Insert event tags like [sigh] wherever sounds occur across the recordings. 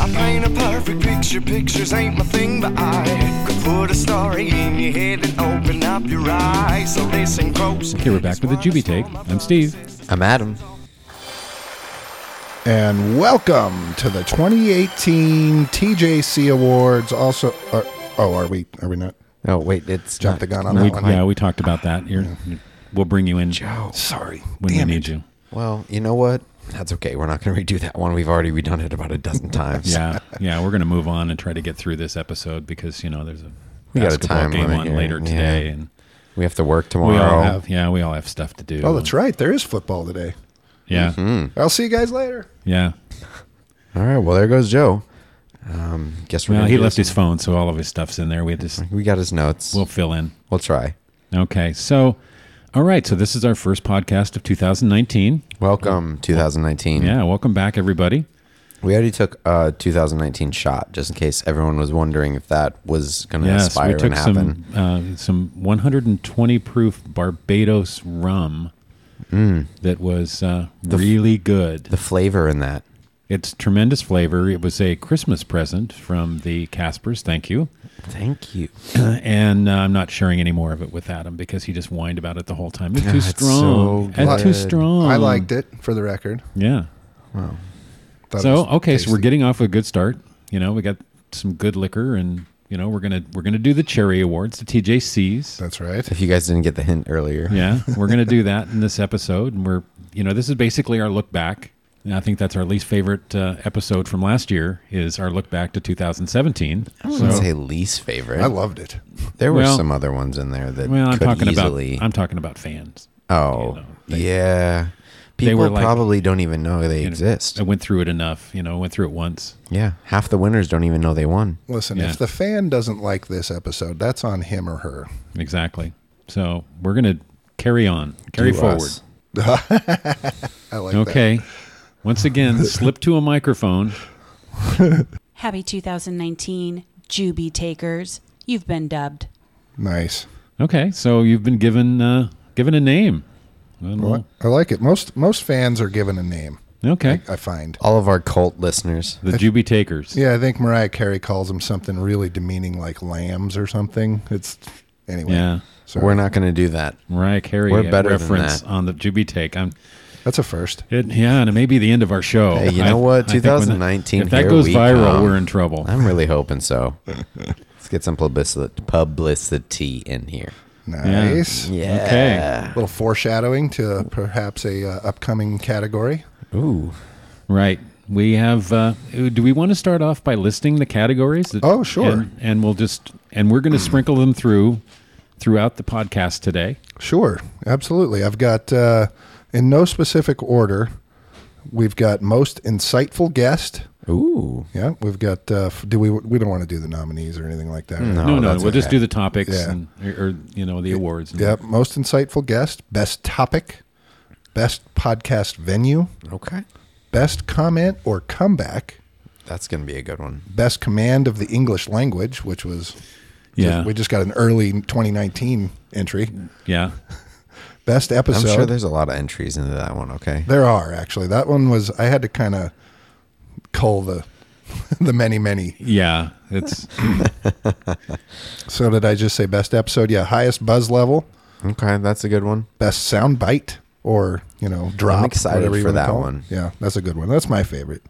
I paint a perfect picture, pictures ain't my thing, but I could put a story in your head and open up your eyes. So listen close. Okay, we're back with the Jubie Take. I'm Steve. I'm Adam. And welcome to the 2018 TJC Awards. Also, uh, oh, are we? Are we not? Oh wait, it's Jumped not- the gun on no. that We, one. yeah, we talked about that. You're, We'll bring you in Sorry. when Damn we need it. you. Well, you know what? That's okay. We're not going to [laughs] redo that one. We've already redone it about a dozen [laughs] times. Yeah, yeah, we're gonna move on and try to get through this episode because you know there's a We got a basketball time game limit on here. later Yeah. today, and we have to work tomorrow. we all have yeah, we all have stuff to do. Oh, that's right. There is football today. Yeah, Mm-hmm. I'll see you guys later. yeah. All right. Well, there goes Joe. Um, guess we're Well, gonna he do left this- his phone, so all of his stuff's in there. We just We got his notes. we'll We'll, fill in. try. Okay, so all right, so this is our first podcast of 2019. Welcome 2019. Yeah, welcome back, everybody. We already took a 2019 shot, just in case everyone was wondering if that was going to Yes, we aspire and took happen. some uh, some 120 proof Barbados rum Mm. that was uh, really good. the flavor in that. It's tremendous flavor. It was a Christmas present from the Caspers. Thank you. Thank you. And uh, I'm not sharing any more of it with Adam because he just whined about it the whole time. It's too it's strong. so it's too good. strong. I liked it for the record. Yeah. Thought it So was okay, so we're tasty. getting off a good start. You know, we got some good liquor, and you know, we're gonna we're gonna do the cherry awards, the TJCs. That's right. If you guys didn't get the hint earlier, Yeah, we're gonna do that in this episode, and we're you know this is basically our look back. And I think that's our least favorite uh, episode from last year is our look back to 2017. I So- wouldn't say least favorite. I loved it. there were Well- some other ones in there that Well, I'm could talking easily. about I'm talking about fans. oh, know, yeah. People were like- probably don't even know they You know, exist. I went through it enough. You know, I went through it once. yeah, half the winners don't even know they won. Listen, Yeah. if the fan doesn't like this episode, that's on him or her. Exactly. So we're gonna carry on, carry To forward. us. I like that. Okay. Once [laughs] again, slip to a microphone. Happy 2019, Juby Takers. You've been dubbed. Nice. Okay, so you've been given uh, given a name. And Well, we'll- I like it. Most most fans are given a name. Okay, I find. All of our cult listeners. the Juby Takers. Yeah, I think Mariah Carey calls them something really demeaning, like lambs or something. It's anyway. Yeah. So We're not going to do that. Mariah Carey We're better than reference that. on the Juby Take. I'm, that's a first. it, yeah, and it may be the end of our show. Hey, you I- know what? I think when that- 2019, If that here goes we viral, come. Oh, we're in trouble. I'm really hoping so. [laughs] Let's get some publicity, publicity in here. Nice. Okay. little foreshadowing to perhaps a uh, upcoming category. Ooh. Right. We have. Uh, do we want to start off by listing the categories? that- Oh, sure. And, and we'll just and we're going to sprinkle them through throughout the podcast today. Sure, absolutely. I've got uh, in no specific order. We've got most insightful guest. Ooh. Yeah, we've got. Uh, f- do we? We don't want to do the nominees or anything like that. No. Oh, no, no, that's we'll just okay. do the topics Yeah. and or, or you know the awards. and- Yep. Most insightful guest, best topic, best podcast venue, Okay. best comment or comeback, That's going to be a good one. best command of the English language, which was Yeah. we just got an early 2019 entry. yeah. Best I'm episode. sure there's a lot of entries into that one. Okay. There are actually. That one was I had to kind of cull the [laughs] the many many. Yeah. It's So did I just say best episode? Yeah, highest buzz level, Okay. That's a good one. best sound bite or you know drop. excited whatever you for wanna that call it. one. Yeah, that's a good one. That's my favorite.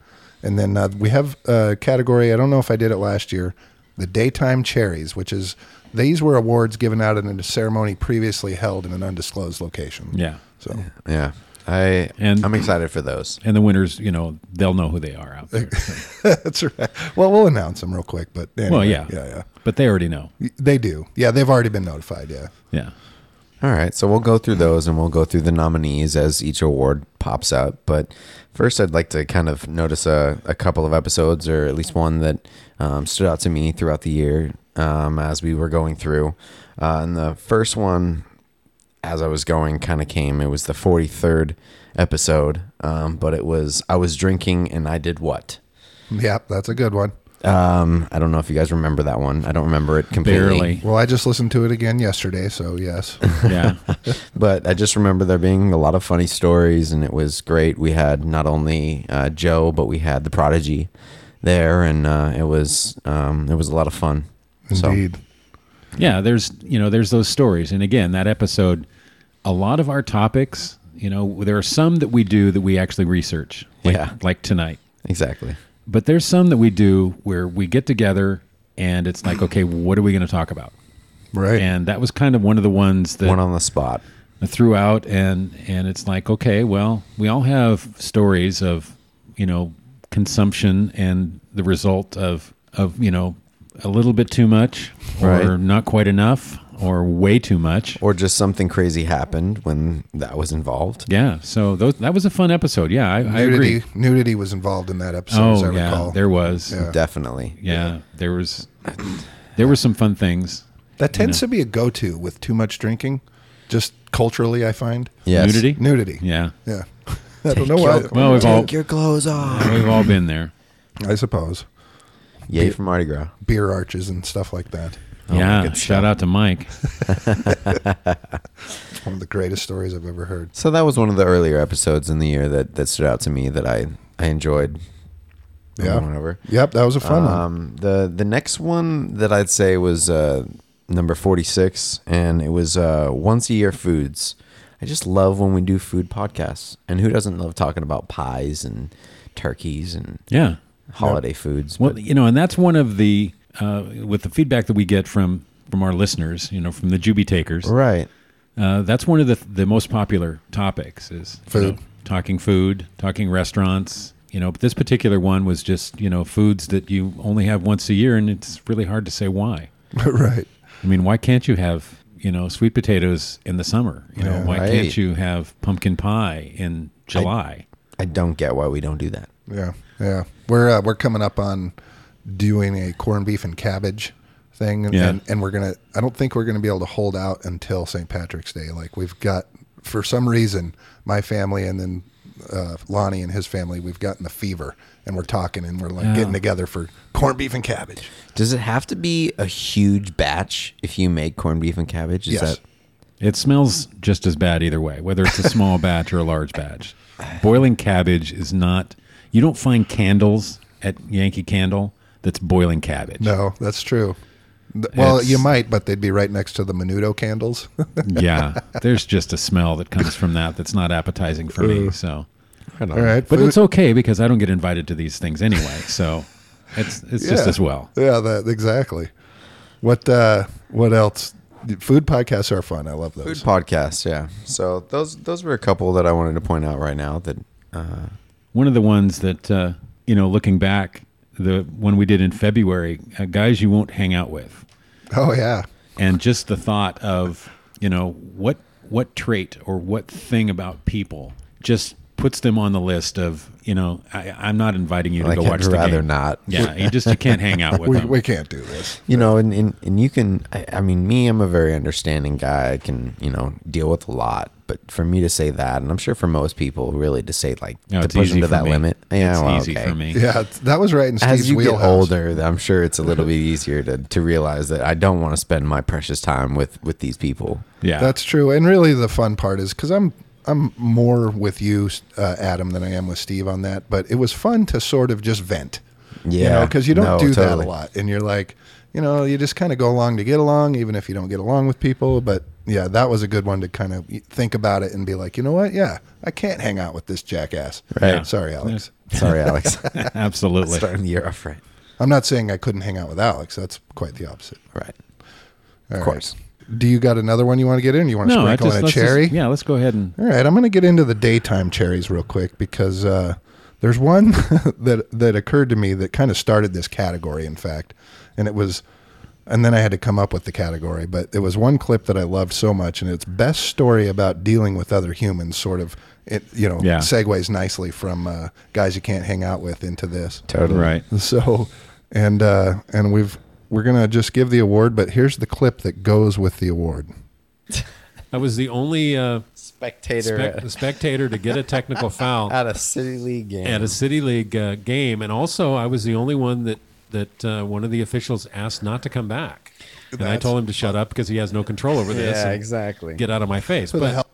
And then uh, we have a category. I don't know if I did it last year. The daytime cherries, which is these were awards given out in a ceremony previously held in an undisclosed location. yeah. So [laughs] Yeah. I And- I'm excited for those. and the winners, you know, they'll know who they are out [laughs] there. that's right. Well, we'll announce them real quick. But anyway, well, yeah, yeah, yeah. but they already know. They do. Yeah, they've already been notified. Yeah. Yeah, All right, so we'll go through those and we'll go through the nominees as each award pops up. But first, I'd like to kind of notice a, a couple of episodes, or at least one that um, stood out to me throughout the year um, as we were going through. Uh, and the first one, as I was going, kind of came. It was the 43rd episode, um, but it was I was drinking and I did what? Yep, that's a good one. Um, I don't know if you guys remember that one. I don't remember it completely. Barely. [laughs] Well, I just listened to it again yesterday, so yes. Yeah. But I just remember there being a lot of funny stories, and it was great. We had not only uh, Joe, but we had the Prodigy there, and uh, it was um, it was a lot of fun. So- Indeed. Yeah, there's you know there's those stories, and again that episode, a lot of our topics, you know, there are some that we do that we actually research, like, Yeah. like tonight. exactly. But there's some that we do where we get together and it's like, okay, what are we going to talk about? Right. And that was kind of one of the ones that One on the spot. throughout and and it's like okay well we all have stories of you know consumption and the result of of you know a little bit too much or Right. not quite enough or way too much Or just something crazy happened when that was involved. yeah so those that was a fun episode yeah i, I nudity, agree nudity was involved in that episode, as I oh yeah recall. there was yeah. Yeah. Definitely. there was there were some fun things that tends to be a go to with too much drinking, just culturally, I find. Yes. nudity Nudity. yeah Yeah. [laughs] I don't know why. Well, we've all- Take your clothes off. we've all been there I suppose. Yay for Mardi Gras. Oh Beer arches and stuff like that. yeah shout out to mike One of the greatest stories I've ever heard. So that was one of the earlier episodes in the year that, that stood out to me that I, I enjoyed. Yeah. Over and over. Yep, that was a fun one. Um, the the next one that I'd say was uh, number forty six, and it was uh, once a year foods. I just love when we do food podcasts, and who doesn't love talking about pies and turkeys and yeah holiday foods? Well, but- you know, and that's one of the uh, with the feedback that we get from from our listeners, you know, from the Juby takers. right. Uh, that's one of the the most popular topics is you Food. know, talking food, talking restaurants. You know, but this particular one was just you know foods that you only have once a year, and it's really hard to say why. [laughs] right. I mean, why can't you have you know sweet potatoes in the summer? You know, Yeah, why right. can't you have pumpkin pie in July? I don't get why we don't do that. Yeah, yeah. We're uh, we're coming up on doing a corned beef and cabbage thing, and, Yeah. and, and we're gonna. I don't think we're gonna be able to hold out until St. Patrick's Day. Like we've got for some reason, my family and then uh, Lonnie and his family, we've gotten the fever, and we're talking and we're like Yeah. getting together for corned beef and cabbage. Does it have to be a huge batch if you make corned beef and cabbage? Is Yes. that It smells just as bad either way, whether it's a [laughs] small batch or a large batch. Boiling cabbage is not. You don't find candles at Yankee Candle that's boiling cabbage. No, that's true. Th- Well, It's- you might, but they'd be right next to the menudo candles. [laughs] Yeah, there's just a smell that comes from that that's not appetizing for me. So, All [laughs] right, but food- it's okay because I don't get invited to these things anyway. So, it's it's just Yeah. as well. Yeah, that exactly. What uh what else? Food podcasts are fun. I love food those. podcasts? Yeah. So those those were a couple that I wanted to point out right now. That uh, One of the ones that uh, you know, looking back, the one we did in February, uh, guys you won't hang out with. Oh yeah. and just the thought of you know what what trait or what thing about people just puts them on the list of you know I, I'm not inviting you to Like, go I'd watch the rather game. not. Yeah, you just you can't hang [laughs] out with We, them. we can't do this. you know and, and and you can I, I mean me i'm a very understanding guy i can you know deal with a lot but for me to say that and i'm sure for most people really to say like No, to it's push easy them to for that me. limit yeah it's well, easy okay. for me. Yeah, it's- that was right in Steve's as you get wheelhouse. older i'm sure it's a little [laughs] bit easier to, to realize that i don't want to spend my precious time with with these people yeah. That's true. And really, the fun part is because I'm I'm more with you, uh, Adam, than I am with Steve on that. But it was fun to sort of just vent. you Yeah. know, because you don't No, do that totally. a lot, and you're like, you know, you just kind of go along to get along, even if you don't get along with people. But yeah, that was a good one to kind of think about it and be like, you know what? Yeah, I can't hang out with this jackass. Right. Yeah. Sorry, Alex. sorry alex [laughs] [laughs] absolutely. starting the year off right I'm not saying I couldn't hang out with Alex. That's quite the opposite. right All of course right. Do you got another one you want to get in? You want to No, I sprinkle just, in a let's cherry? just- yeah, let's go ahead and All right, I'm going to get into the daytime cherries real quick because uh, there's one [laughs] that that occurred to me that kind of started this category, in fact, and it was, and then I had to come up with the category, but it was one clip that I loved so much, and it's best story about dealing with other humans, sort of, it you know, Yeah. segues nicely from uh, guys you can't hang out with into this. totally right. So, and uh, and we've we're gonna just give the award, but here's the clip that goes with the award. That was the only uh, spectator spec- spectator to get a [laughs] technical foul at a city league game at a city league uh, game, and also I was the only one that that uh, one of the officials asked not to come back, and I That's- told him to shut up because he has no control over this. and exactly. Get out of my face. But hell-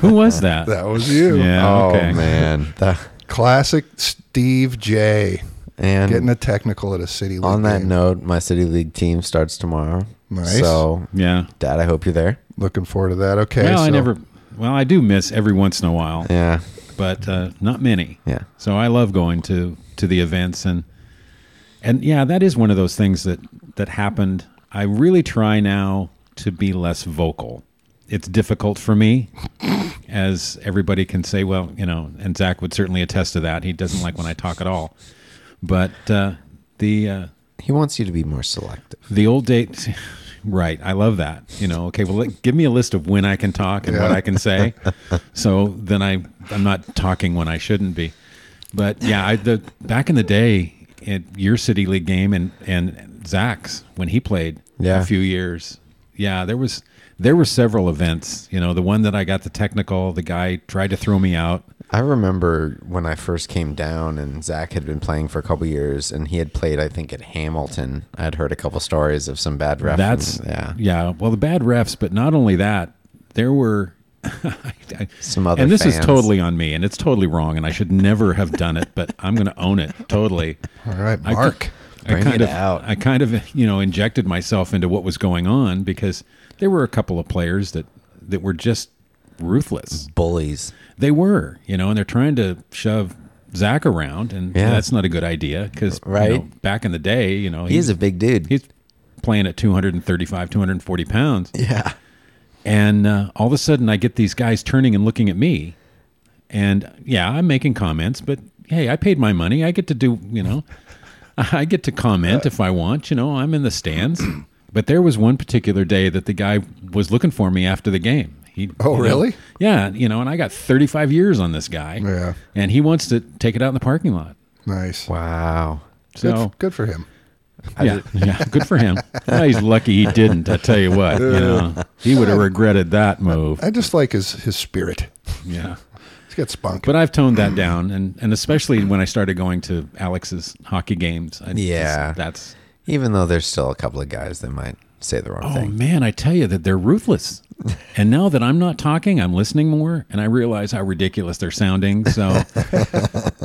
Who was that? That was you. yeah. Oh okay. [laughs] man, That- Classic Steve J. and Getting a technical at a city league on that game. note, my city league team starts tomorrow. Nice. So, Yeah. Dad, I hope you're there. Looking forward to that. Okay. well, I so- never. Well, I do miss every once in a while, Yeah, but uh, not many. yeah. So I love going to to the events and and yeah, that is one of those things that that happened. I really try now to be less vocal. It's difficult for me, as everybody can say. Well, you know, and Zach would certainly attest to that. He doesn't like when I talk at all. But uh, the uh, He wants you to be more selective. the old date, [laughs] right? I love that. You know, okay. Well, let- give me a list of when I can talk and what Yeah. I can say, so then I I'm not talking when I shouldn't be. But yeah, I, the back in the day at your city league game and and Zach's when he played Yeah. a few years, yeah, there was there were several events. You know, the one that I got the technical, the guy tried to throw me out. I remember when I first came down, and Zach had been playing for a couple years, and he had played, I think, at Hamilton. I had heard a couple stories of some bad refs. That's yeah, yeah. Well, the bad refs, but not only that, there were [laughs] I- I- Some other And this is fans. totally on me, and it's totally wrong, and I should never have done it, but I'm going to own it [laughs] totally. All right, I- Mark. I, Bring kind it of, out. I kind of, you know, injected myself into what was going on because there were a couple of players that that were just ruthless. bullies. They were, you know, and they're trying to shove Zach around, and Yeah. that's not a good idea because Right. back in the day, you know, He is a big dude. he's playing at 235 240 pounds yeah, and uh, all of a sudden i get these guys turning and looking at me and yeah i'm making comments but hey i paid my money i get to do you know [laughs] i get to comment if i want you know i'm in the stands [clears throat] but there was one particular day that the guy was looking for me after the game he, Oh, you know, really? yeah you know and i got 35 years on this guy Yeah. and he wants to take it out in the parking lot Nice. wow. Good, so good for him. yeah, yeah, good for him. Well, he's lucky he didn't. I tell you what, you know, he would have regretted that move. I just like his his spirit. Yeah, He's got spunk. but I've toned that down, and and especially when I started going to Alex's hockey games. I, Yeah. that's Even though there's still a couple of guys that might say the wrong oh thing. man, I tell you that they're [laughs] ruthless. And now that I'm not talking, I'm listening more, and I realize how ridiculous they're sounding. [laughs] So,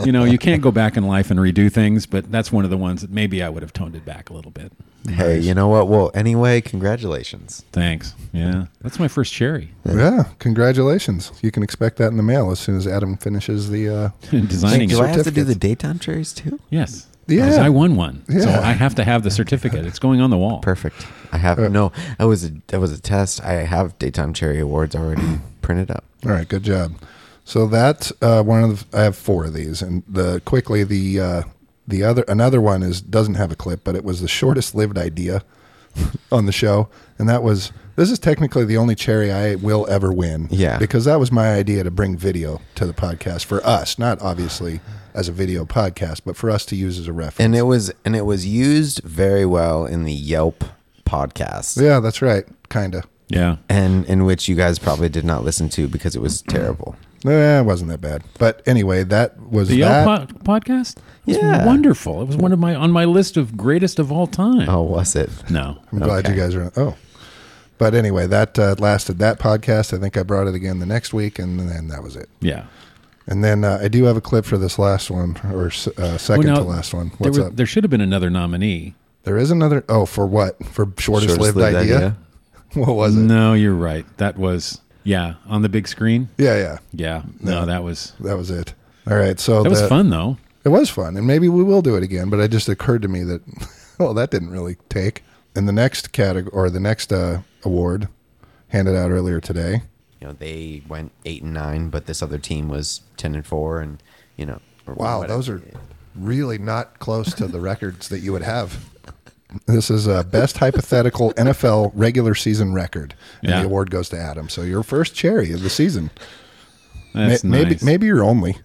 you know, you can't go back in life and redo things, but that's one of the ones that maybe I would have toned it back a little bit. Hey, you know what? Well, anyway, congratulations. Thanks. Yeah, that's my first cherry [laughs] yeah. Congratulations. You can expect that in the mail as soon as Adam finishes the. Uh, designing. it. do I have to do the certificates. daytime cherries too? Yes. Yeah. 'Cause I won one. So Yeah. I have to have the certificate. It's going on the wall. Perfect. I have Uh, no. That was a that was a test. I have daytime cherry awards [clears throat] already printed up. all right. Good job. So that's uh, one of the, I have four of these, and the quickly the uh, the other another one is doesn't have a clip, but it was the shortest lived idea [laughs] on the show, and that was this is technically the only cherry I will ever win. Yeah. because that was my idea to bring video to the podcast for us, not obviously as a video podcast, but for us to use as a reference. And it was and it was used very well in the Yelp podcast. yeah, that's right. Kinda. Yeah. And in which you guys probably did not listen to because it [clears throat] was terrible. Eh, it wasn't that bad. But anyway, that was The that. Yelp po- podcast was Yeah. wonderful. It was one of my on my list of greatest of all time. Oh, was it? No. I'm glad you guys are. Oh, but anyway, that uh, lasted that podcast. I think I brought it again the next week, and then that was it. Yeah. And then uh, I do have a clip for this last one or s- uh, second Well, to now, last one. There, What's were- up? there should have been another nominee. there is another. Oh, for what? For shortest, lived, idea? [laughs] What was it? No, you're right. That was yeah, on the big screen. Yeah, yeah, Yeah. No, that was that was it. All right, so that was the- fun though. It was fun, and maybe we will do it again. But it just occurred to me that, [laughs] well, that didn't really take. And the next category, or the next uh, award, handed out earlier today. You know, they went eight and nine, but this other team was ten and four, and you know. or Wow, whatever. those are really not close to the records that you would have. This is uh, best hypothetical NFL regular season record, and Yeah. the award goes to Adam. So your first cherry of the season, Ma- That's maybe nice. maybe your only.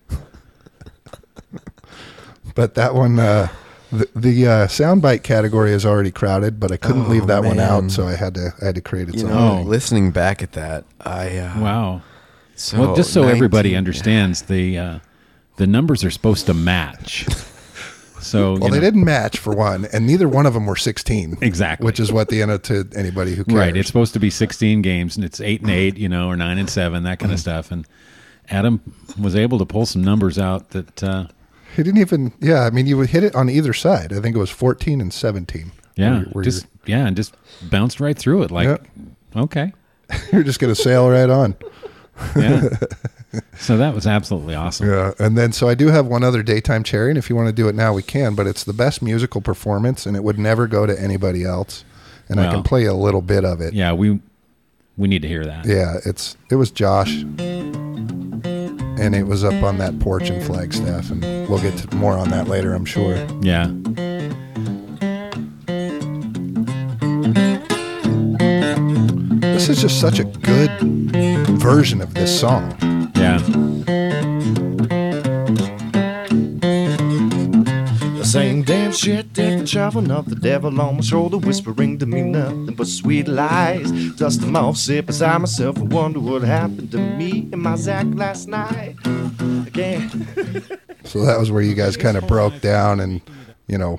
but that one, uh, the, the uh, soundbite category is already crowded, but I couldn't leave that one man. out, so I had to I had to create its You own. know, Oh. listening back at that, I uh, Wow. so well, just so everybody [laughs] 19 understands, the uh, the numbers are supposed to match. So Well, you they know- didn't match for one, and neither one of them were 16. Exactly. Which is what the end to anybody who cares. Right. It's supposed to be 16 games and it's eight and eight, you know, or nine and seven, that kind of stuff. And Adam was able to pull some numbers out that, uh, he didn't even, yeah, I mean, you would hit it on either side. I think it was 14 and 17. yeah, Where- where just, yeah, and just bounced right through it. Like, Yep. okay. [laughs] you're, you're just going to sail right on. Yeah. [laughs] so that was absolutely awesome. Yeah, and then so I do have one other daytime cherry, and if you want to do it now, we can. But it's the best musical performance, and it would never go to anybody else. And I Wow. can play a little bit of it. Yeah. We, we need to hear that. Yeah, it's it was Josh, and it was up on that porch in Flagstaff, and we'll get to more on that later, I'm sure. Yeah. This is just such a good version of this song. Yeah. The same damn shit, different shoving of the devil on my shoulder, whispering to me nothing but sweet lies. Dust them off, sip as I myself and wonder what happened to me and my Zach last night. Again. So that was where you guys kind of broke down, and you know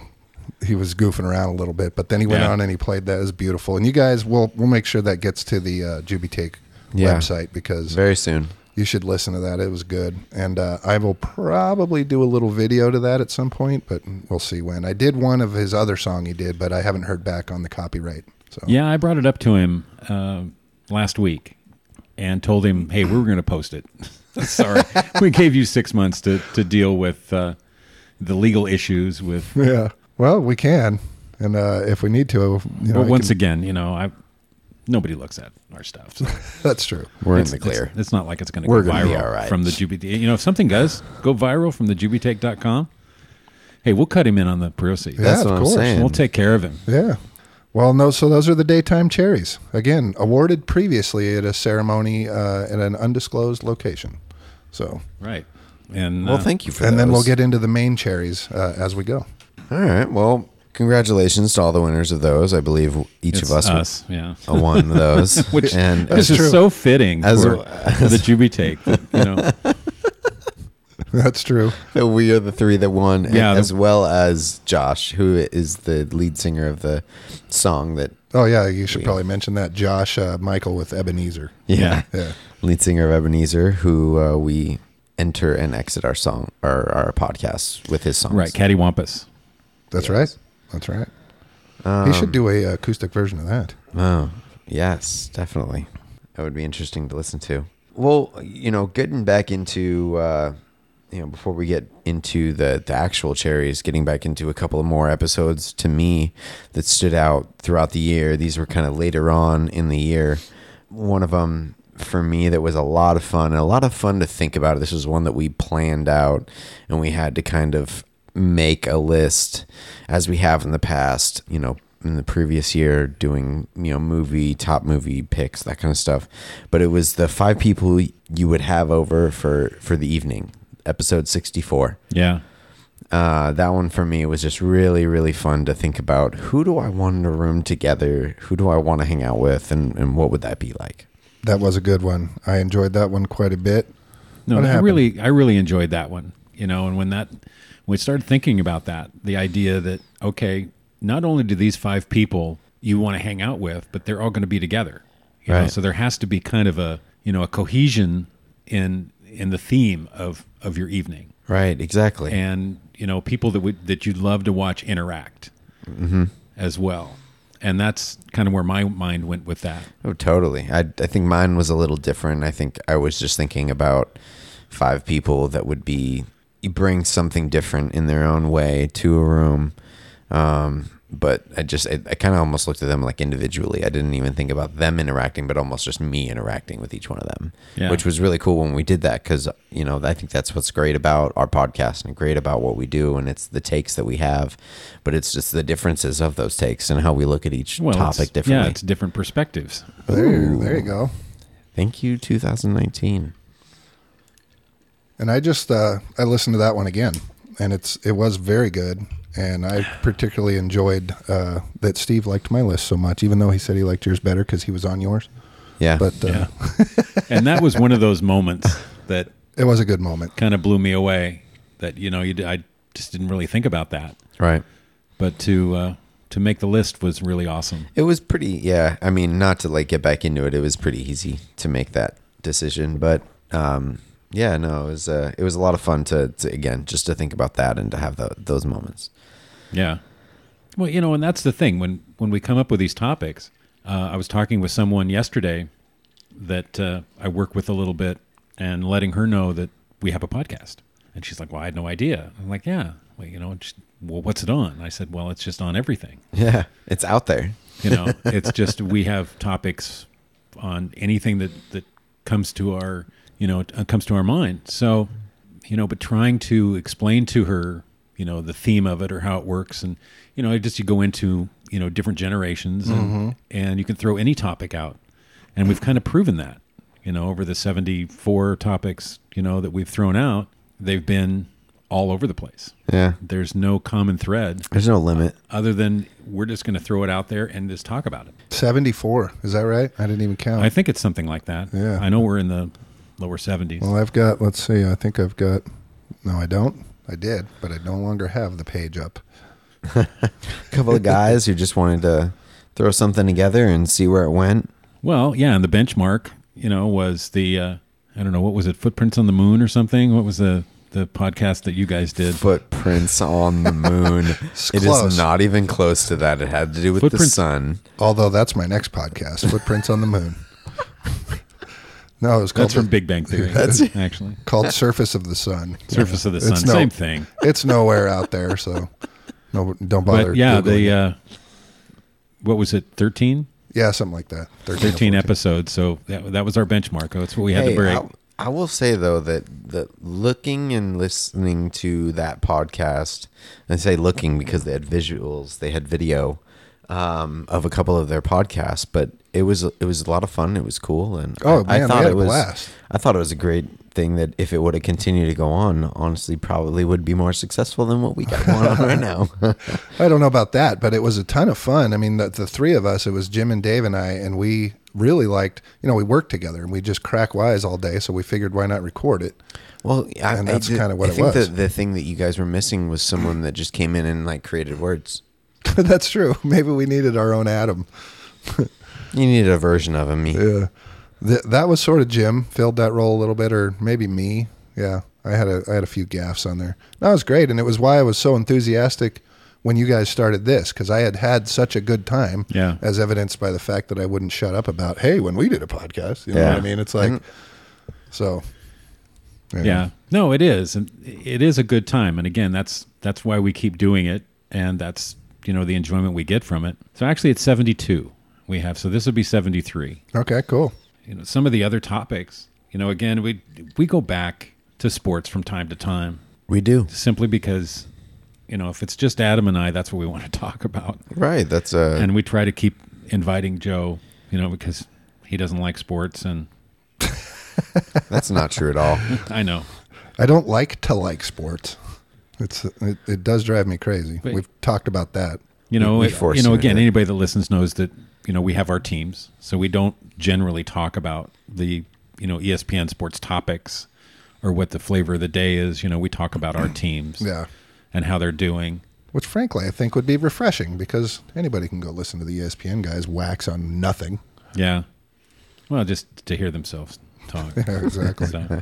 he was goofing around a little bit, but then he went Yeah. on and he played that. It was beautiful, and you guys will we'll make sure that gets to the uh, Juby Take Yeah. website because Very soon. you should listen to that. It was good, and uh, I will probably do a little video to that at some point, but we'll see when. I did one of his other song he did, but I haven't heard back on the copyright. So Yeah. I brought it up to him, uh, last week and told him, Hey, we were going to post it. [laughs] Sorry. we gave you six months to, to deal with, uh, the legal issues [laughs] with yeah. Well, we can, and uh, if we need to, you know, But I once can- again, you know, I nobody looks at our stuff. So [laughs] that's true. We're in it's, the clear. It's, it's not like it's going to go We're gonna viral be all right. from the Jubit. You know, if something does go viral from the jubitech.com, hey, we'll cut him in on the proceeds. Yeah, That's of what I'm course. saying. We'll take care of him. Yeah. Well, no. So those are the daytime cherries. Again, awarded previously at a ceremony uh, at an undisclosed location. So, Right. And Well, uh, thank you for and then we'll those. get into the main cherries uh, as we go. [laughs] All right. Well, congratulations to all the winners of those. I believe each of it's us, us. Yeah. uh, won those. [laughs] Which and This as- is so fitting As for, a- for [laughs] the Jubitech. that, You [laughs] know, That's true. uh, we are the three that won, and- Yeah. as well as Josh, who is the lead singer of the song that Oh yeah, you should probably mention that Josh uh, Michael with Ebenezer. yeah, Yeah. [laughs] lead singer of Ebenezer, who uh, we enter and exit our song our, our podcast with his songs. right, Caddy Wampus. That's right. That's right. he should do a uh, acoustic version of that. Oh, yes, definitely. That would be interesting to listen to. Well, you know, getting back into, uh, you know, before we get into the, the actual cherries, getting back into a couple of more episodes to me that stood out throughout the year. These were kind of later on in the year. One of them for me that was a lot of fun and a lot of fun to think about. This was one that we planned out and we had to kind of make a list as we have in the past, you know, in the previous year doing, you know, movie, top movie picks, that kind of stuff. But it was the five people you would have over for for the evening, episode 64. Yeah. Uh, that one for me was just really, really fun to think about. Who do I want in a room together? Who do I want to hang out with? And, and what would that be like? That was a good one. I enjoyed that one quite a bit. No, What I happened? really, I really enjoyed that one. You know, and when that, when we started thinking about that, the idea that okay, not only do these five people you want to hang out with, but they're all going to be together. You know? Right. So there has to be kind of a you know a cohesion in in the theme of of your evening, Right, exactly. and you know people that would that you'd love to watch interact Mm-hmm. as well, and that's kind of where my mind went with that. Oh, totally. I, I think mine was a little different. I think I was just thinking about five people that would be you bring something different in their own way to a room. Um, but I just I, I kind of almost looked at them like individually. I didn't even think about them interacting, but almost just me interacting with each one of them, Yeah. which was really cool when we did that because you know I think that's what's great about our podcast and great about what we do, and it's the takes that we have, but it's just the differences of those takes and how we look at each it's- topic differently. Yeah, it's different perspectives. There, you- there you go. Thank you, 2019. And I just uh, I listened to that one again, and it's it was very good. And I particularly enjoyed uh, that Steve liked my list so much, even though he said he liked yours better because he was on yours. Yeah. But uh, Yeah. [laughs] and that was one of those moments that it was a good moment. kind of blew me away that you know you I just didn't really think about that. Right. But to uh, to make the list was really awesome. It was pretty, yeah. I mean, not to like get back into it, it was pretty easy to make that decision, but um, yeah, no, it was uh, it was a lot of fun to, to again just to think about that and to have tho- those moments. Yeah. Well, you know, and that's the thing when when we come up with these topics. Uh, I was talking with someone yesterday that uh, I work with a little bit, and letting her know that we have a podcast, and she's like, "Well, I had no idea." I'm like, "Yeah, well, you know, just, well, what's it on?" I said, "Well, it's just on everything. [laughs] Yeah, it's out there. You know, it's just we have topics on anything that that comes to our you know uh, comes to our mind. So, you know, but trying to explain to her you know the theme of it or how it works and you know it just you go into you know different generations and, and you can throw any topic out and we've kind of proven that you know over the 74 topics you know that we've thrown out they've been all over the place Yeah, there's no common thread there's no limit. other than we're just going to throw it out there and just talk about it 74. Is that right? I didn't even count. i think it's something like that Yeah. i know we're in the lower 70s well, I've got, let's see, I think I've got, no, I don't. I did, but I no longer have the page up. A couple of guys who just wanted to throw something together and see where it went. Well, yeah, and the benchmark, you know, was the uh, I don't know what was it, Footprints on the Moon or something. What was the the podcast that you guys did? Footprints on the [laughs] moon. it close. is not even close to that. It had to do with the Footprints- sun. Although that's my next podcast, Footprints on the Moon. [laughs] No, it was called, That's from Big Bang [laughs] Theory. [laughs] actually called Surface of the Sun. Surface of the It's Sun, no- same thing. It's nowhere out there, so no, don't bother. But yeah, Googling the it. uh, what was it, 13? yeah, something like that. 13 or 13 14. episodes. So that, that was our benchmark. That's what we had to break. I, I will say though that that looking and listening to that podcast, I say looking because they had visuals, they had video um, of a couple of their podcasts, but it was it was a lot of fun. It was cool, and Oh, I, I man, we thought had it a was blast. I thought it was a great thing that if it would have continued to go on, honestly, probably would be more successful than what we got going on right [laughs] now. I don't know about that, but it was a ton of fun. I mean, the, the three of us, it was Jim and Dave and I, and we really liked, you know, we worked together and we just crack wise all day. So we figured why not record it? [laughs] Well, I, And I that's did- kinda what I it think was. The, the thing that you guys were missing was someone that just came in and like created words. That's true. Maybe we needed our own Adam. You needed a version of him. Yeah. Th- that was sort of Jim filled that role a little bit, or maybe me. Yeah, I had a I had a few gaffes on there. That was great, and it was why I was so enthusiastic when you guys started this because I had had such a good time. Yeah. as evidenced by the fact that I wouldn't shut up about hey when we did a podcast. You know what Yeah. I mean? It's like so. yeah no it is and it is a good time and again that's that's why we keep doing it and that's you know the enjoyment we get from it so actually it's 72 we have so this would be 73 Okay. Cool. you know some of the other topics you know again we we go back to sports from time to time We do. simply because you know if it's just adam and i that's what we want to [laughs] talk about Right. That's uh, a and we try to keep inviting joe you know because he doesn't like sports and that's not true [laughs] at all. i know I don't like to like sports. It's it, it does drive me crazy. But- We've talked about that. You know, we it- force you know. him Again, to- anybody that listens knows that you know we have our teams, so we don't generally talk about the you know E ESPN sports topics or what the flavor of the day is. You know, we talk about [clears throat] our teams, Yeah. and how they're doing. which frankly I think would be refreshing because anybody can go listen to the E ESPN guys wax on nothing. Yeah, well, just to hear themselves [laughs] talk. exactly. So.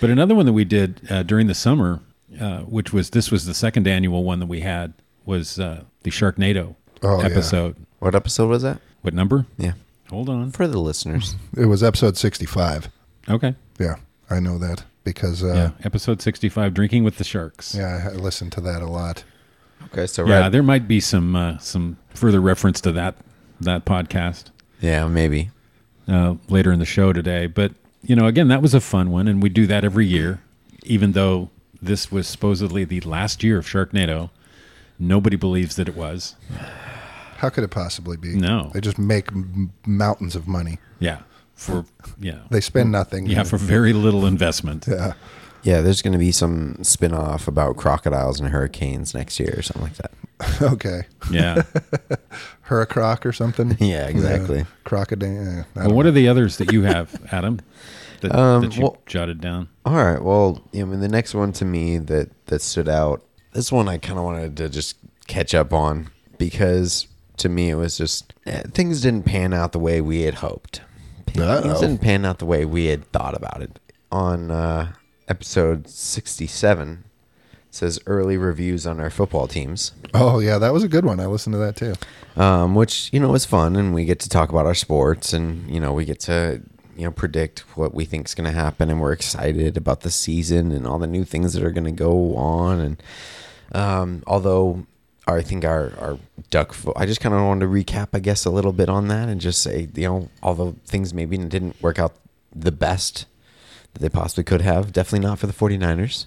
But another one that we did uh, during the summer, uh, which was this was the second annual one that we had, was uh, the Sharknado Oh, yeah. episode. What episode was that? What number? Yeah. Hold on. For the listeners. It was episode 65. Okay. Yeah, I know that because uh, Yeah, episode 65 Drinking with the Sharks. yeah. I listened to that a lot. Okay, so Yeah, right. there might be some uh, some further reference to that that podcast yeah, maybe. uh, later in the show today, but you know, again, that was a fun one and we do that every year even though this was supposedly the last year of Sharknado. Nobody believes that it was. How could it possibly be? No. They just make m- mountains of money. Yeah. For yeah. They spend nothing. Mm. yeah, for very little investment. [laughs] yeah. Yeah, there's going to be some spin off about crocodiles and hurricanes next year or something like that. Okay. Yeah. Hurricroc or something. [laughs] Yeah, exactly. Crocodile. Well, what are the others that you have, Adam? that, Um, that you well- jotted down? All right. Well, I mean, the next one to me that that stood out. This one I kind of wanted to just catch up on because to me it was just eh, things didn't pan out the way we had hoped. Things Uh-oh. didn't pan out the way we had thought about it. On uh, episode sixty-seven, it says early reviews on our football teams Oh yeah, that was a good one. I listened to that too. um, which you know is fun, and we get to talk about our sports, and you know we get to you know predict what we think's going to happen, and we're excited about the season and all the new things that are going to go on. And um, although I think our our duck, fo- I just kind of wanted to recap, I guess, a little bit on that, and just say you know although things maybe didn't work out the best that they possibly could have, definitely not for the 49ers.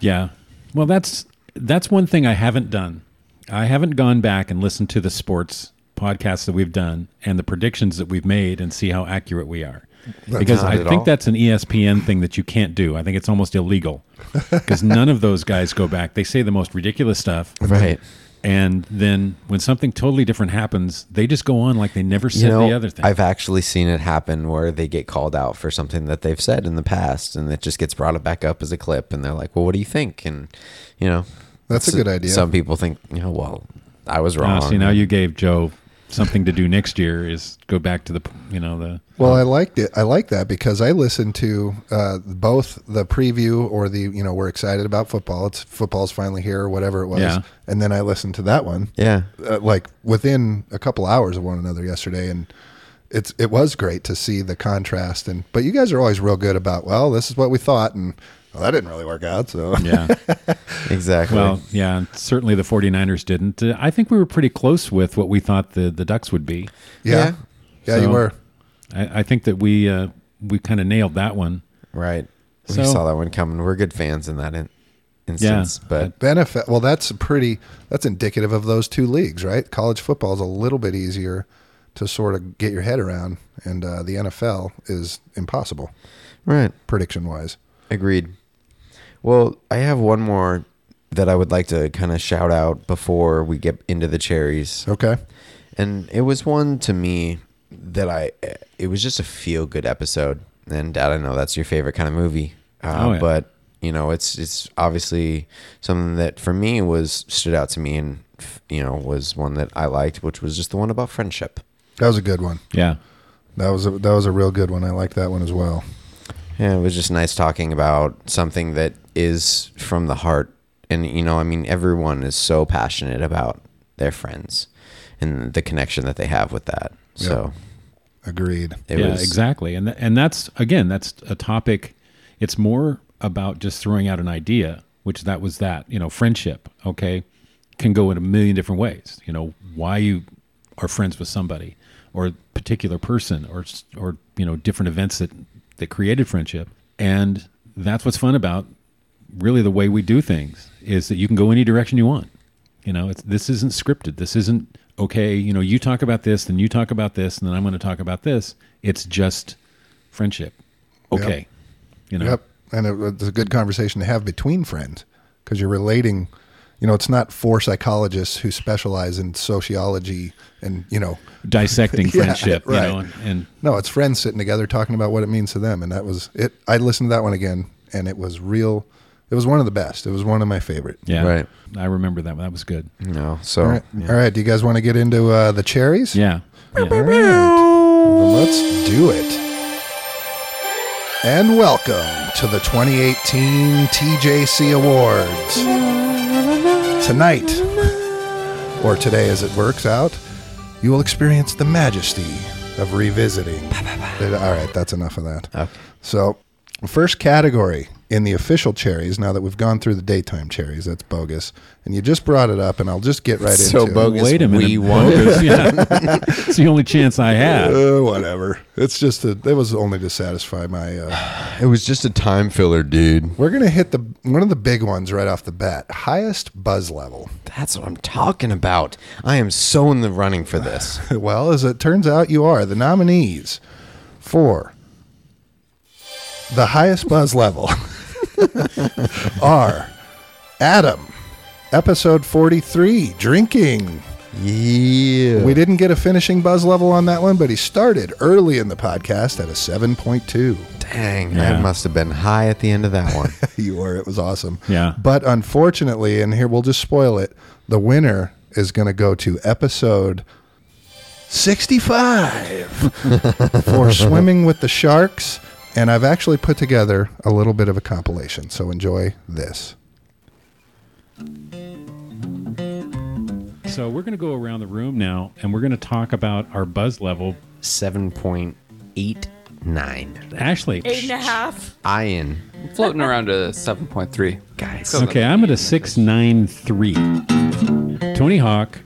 Yeah. Well, that's that's one thing I haven't done. I haven't gone back and listened to the sports podcasts that we've done and the predictions that we've made and see how accurate we are. because not I at think all. that's an E ESPN thing that you can't do. I think it's almost [laughs] illegal because none of those guys go back. They say the most ridiculous stuff. Right. And then when something totally different happens, they just go on like they never said the other thing. I've actually seen it happen where they get called out for something that they've said in the past, and it just gets brought back up as a clip, and they're like, "Well, what do you think?" And you know, That's a s- good idea. Some people think, you know, well, I was wrong. Uh, see, now you gave Joe something to do next year is go back to the, you know, the. Well, I liked it. I like that because I listened to uh, both the preview or the you know we're excited about football. It's football's finally here or whatever it was, Yeah. and then I listened to that one. yeah, uh, like within a couple hours of one another yesterday and it's it was great to see the contrast and but you guys are always real good about well this is what we thought and well, that didn't really work out so [laughs] [laughs] Yeah. exactly. Well, yeah, and certainly the 49ers didn't. Uh, I think we were pretty close with what we thought the, the Ducks would be. yeah Yeah. yeah you So- were I, I think that we uh, we kind of nailed that one. right. We So- saw that one coming. We're good fans in that in- instance, but benefit well that's pretty that's indicative of those two leagues right college football is a little bit easier to sort of get your head around and uh, the NFL is impossible right. prediction wise Agreed. Well, I have one more that I would like to kind of shout out before we get into the cherries. okay and it was one to me that I it was just a feel good episode. And Dad, I know that's your favorite kind of movie, uh, Oh, yeah. but you know it's it's obviously something that for me was stood out to me, and you know was one that I liked, which was just the one about friendship. that was a good one Yeah. that was a, that was a real good one I like that one as well Yeah, it was just nice talking about something that is from the heart. And, you know, I mean, everyone is so passionate about their friends and the connection that they have with that. So agreed it yeah, was exactly. And th- and that's again, that's a topic. It's more about just throwing out an idea, which that was that. You know, friendship. Okay, can go in a million different ways. You know, why you are friends with somebody, or a particular person, or s- or you know, different events that that created friendship. And that's what's fun about really the way we do things is that you can go any direction you want. You know, it's, this isn't scripted. This isn't okay. You know, you talk about this, then you talk about this, and then I'm going to talk about this. It's just friendship. Okay, you know. Yep. And it, was a good conversation to have between friends because you're relating. You know, it's not four psychologists who specialize in sociology and, you know, [laughs] Dissecting friendship, right. you know, and, and no, it's friends sitting together talking about what it means to them. And that was it. I listened to that one again and it was real. It was one of the best. It was one of my favorite. yeah, Right. I remember that. one. That was good. You know, so All right. All right. Do you guys want to get into uh, the cherries? Yeah. All yeah. right. Well, let's do it. And welcome to the 2018 TJC Awards. Tonight, or today as it works out, you will experience the majesty of revisiting. All right, that's enough of that. So, first category in the official cherries, now that we've gone through the daytime cherries, that's bogus. And you just brought it up, and I'll just get right So into it. bogus. Wait a minute. We won. Bogus, [laughs] yeah. it's the only chance I [laughs] have. Uh, whatever. It's just that it was only to satisfy my. Uh, It was just a time filler, dude. we're gonna hit the one of the big ones right off the bat. Highest buzz level. [laughs] That's what I'm talking about. I am so in the running for this. Well, as it turns out, you are the nominees for the highest buzz level [laughs] are Adam, episode forty-three, drinking. Yeah. We didn't get a finishing buzz level on that one, but he started early in the podcast at a 7.2. Dang, Yeah. I must have been high at the end of that one. [laughs] you were. It was awesome. Yeah. But unfortunately, and here we'll just spoil it, the winner is going to go to episode 65 [laughs] for Swimming with the Sharks. And I've actually put together a little bit of a compilation. So enjoy this. So we're going to go around the room now, and we're going to talk about our buzz level. 7.89. Ashley, Eight and a half. Ian. Floating around a 7.3. Guys. okay, I'm at a six nine three. Tony Hawk,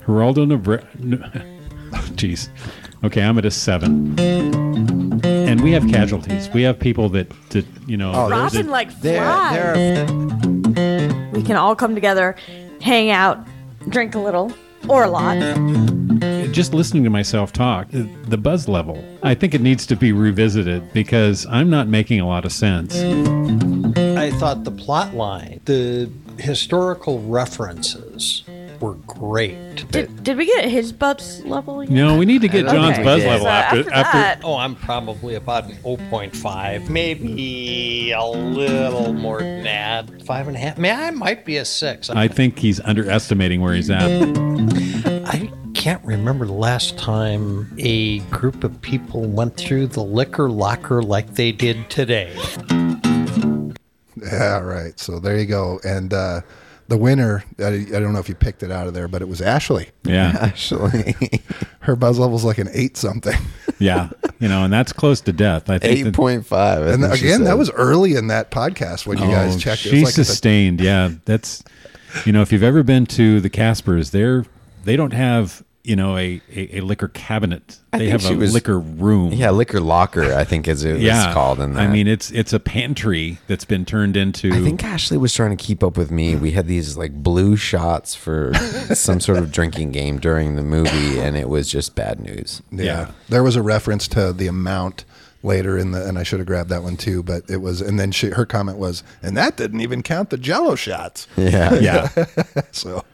Geraldo Nebre. [laughs] Jeez. Okay, I'm at a seven. And we have casualties. We have people that, that you know. Oh, there's Robin a- like There, flies. there are, We can all come together, hang out, drink a little or a lot. just listening to myself talk, the buzz level, I think it needs to be revisited because I'm not making a lot of sense. I thought the plot line, the historical references were great. Did, did we get his buzz level? Yet? No, we need to get I don't John's think buzz we did. level So after, after, after that, Oh, I'm probably about an 0.5, maybe a little more than that. Five and a half. Man, I might be a six. I, I think he's underestimating where he's [laughs] at. I can't remember the last time a group of people went through the liquor locker like they did today. Yeah, right. So there you go. And uh, the winner, I, I don't know if you picked it out of there, but it was Ashley. Yeah. actually, Her buzz level's like an [laughs] eight something. Yeah. You know, and that's close to death. I think. that- 8.5. I And think she again, that said. was early in that podcast when you guys Oh, checked. She it was like at the sustained. Yeah. That's, you know, if you've ever been to the Caspers, they're, they don't have, you know, a, a, a liquor cabinet. I they think have a she was- liquor room. Yeah, liquor locker, I think is it was called in that. I mean, it's it's a pantry that's been turned into. I think Ashley was trying to keep up with me. We had these like blue shots for some sort of drinking game during the movie, and it was just bad news. Yeah. Yeah. There was a reference to the amount later in the, and I should have grabbed that one too, but it was, and then she, her comment was, and that didn't even count the jello shots. [laughs] Yeah. yeah. So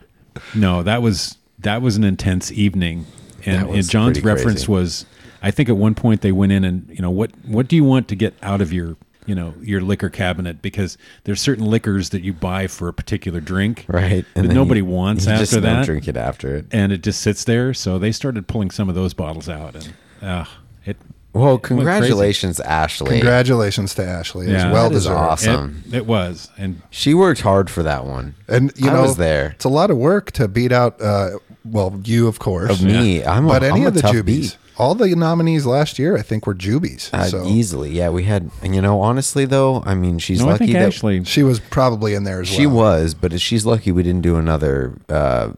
No, that was that was an intense evening, and, That was and John's pretty reference crazy. was, I think at one point they went in and you know what what do you want to get out of your you know your liquor cabinet because there's certain liquors that you buy for a particular drink, [laughs] Right. That then nobody you- wants you after just don't that, drink it after it. and it just sits there. So they started pulling some of those bottles out, and uh, it Well, crazy. congratulations, Ashley. congratulations to Ashley. It Yeah. was well That is deserved. awesome. it, it was, and She worked hard for that one. And you I know, was there. it's a lot of work to beat out, uh, well, you of course, Of me, I'm a- but any I'm a of the tough Jubies. beat. All the nominees last year, I think, were Jubies. Uh, so Easily, yeah. We had, and you know, honestly though, I mean, she's no, I lucky think that Ashley. she was probably in there as well. she was, but she's lucky we didn't do another [laughs] uh,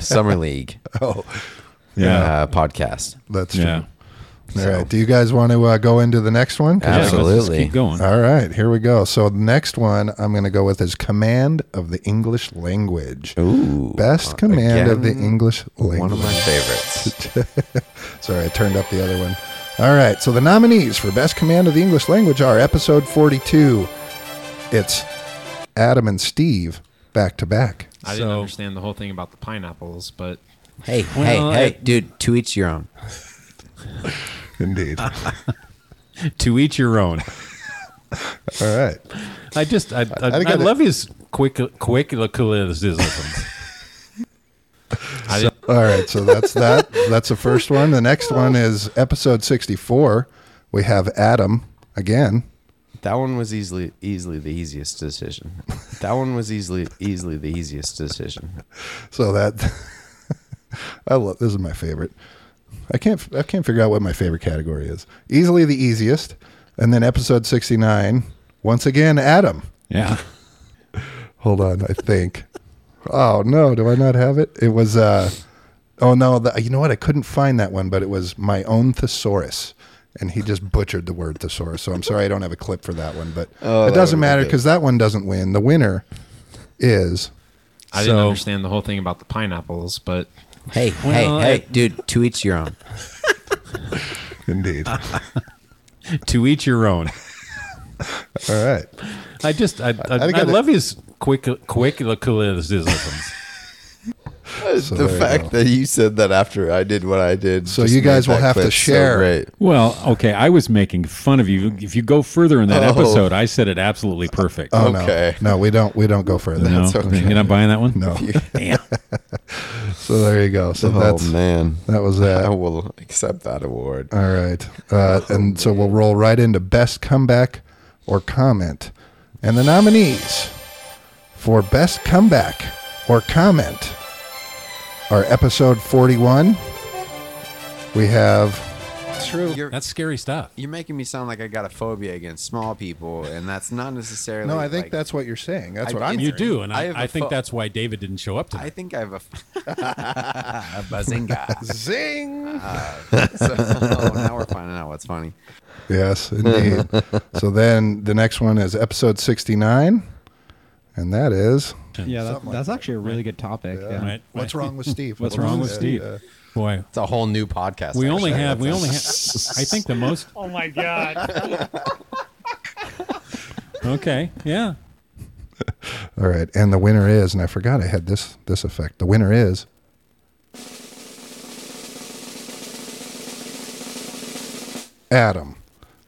summer league Oh. yeah, uh, podcast. That's true. yeah. All right. Do you guys want to uh, go into the next one? 'Cause Yeah, it's a let's just Absolutely. Uh, keep going. All right, here we go. So the next one I'm going to go with is command of the English language. Ooh, uh, Best command of the again, English language. One of my favorites. Sorry, I turned up the other one. All right, so the nominees for best command of the English language are episode 42. It's Adam and Steve back to back. I didn't So- understand the whole thing about the pineapples, but hey, Well, hey, hey, it- dude! To each your own. Indeed. [laughs] All To each your [laughs] own. right. I just, I, I, I, think I did- love his quick, curriculum. I didn't, All right, so that's that. That's the first one. The next one is episode 64. We have Adam again. That one was easily, easily the easiest decision. That one was easily, easily the easiest decision. So that [laughs] I love this is my favorite. I can't I can't figure out what my favorite category is. Easily the easiest, and then episode sixty nine. Once again, Adam. Yeah. Hold on, I think. oh no, do I not have it? It was. uh Oh no, the, you know what? I couldn't find that one, but it was my own thesaurus. And he just butchered the word thesaurus, so I'm sorry I don't have a clip for that one, [laughs] but it Oh, that doesn't would've been matter good. because that one doesn't win. The winner is I didn't So- understand the whole thing about the pineapples, but Hey, Well, hey, hey, it- dude! To each your own. [laughs] indeed. All to each your own. right, I just, I, I, I, think I did- love his quick, curriculum. the there you fact go. that you said that after I did what I did. So just you guys made will that have to clip so share. great. Well, okay, I was making fun of you. If you go further in that Oh. episode, I said it absolutely perfect. Oh, no. Okay. No, we don't. We don't go further. [laughs] no, okay. you're not buying that one. No. Damn. So there you go. So Oh that's man, that was I that. will accept that award. All right. Uh, and so we'll roll right into best comeback or comment, and the nominees for best comeback or comment are episode forty-one. We have True. You're, That's scary stuff. you're making me sound like I got a phobia against small people, and that's not necessarily. no. I think like- that's what you're saying. That's I- what I'm. it's- You do, and I I, have I, a think pho- that's why David didn't show up I today. think I have a, [laughs] a [laughs] bazinga. Zing. Ah. so, oh, now we're finding out what's funny. Yes, indeed. so then the next one is episode 69, and that is Yeah, that, that's actually a really good topic. Yeah. right? What's Right. Wrong with Steve? What's wrong with Uh, Steve? uh, Boy, It's a whole new podcast. We only actually. have. We [laughs] only have. I think the most. Oh my god. [laughs] Okay. Yeah. all right, and the winner is, and I forgot I had this this effect. The winner is Adam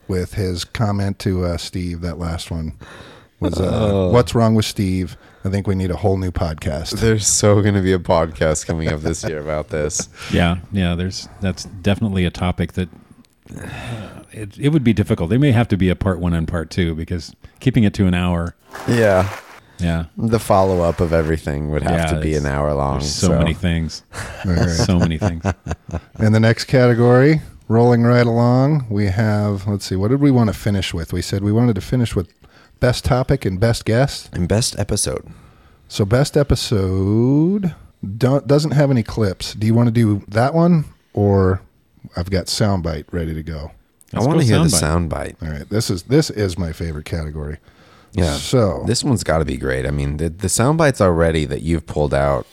with his comment to uh, Steve. That last one was, uh, "What's wrong with Steve?" I think we need a whole new podcast. There's so going to be a podcast coming up [laughs] this year about this. Yeah. Yeah. There's. That's definitely a topic that. uh, It, it would be difficult. They may have to be a part one and part two because keeping it to an hour. Yeah. Yeah. The follow up of everything would have Yeah, to be it's- an hour long. There's so, many [laughs] things. All right. So many things. In the next category, rolling right along, we have let's see, what did we want to finish with? We said we wanted to finish with best topic and best guest. And best episode. So best episode don't, doesn't have any clips. Do you want to do that one or I've got soundbite ready to go. Let's I go want to hear the soundbite. sound bite. All right, this is this is my favorite category. Yeah. So This one's got to be great. I mean, the, the sound bites already that you've pulled [laughs] out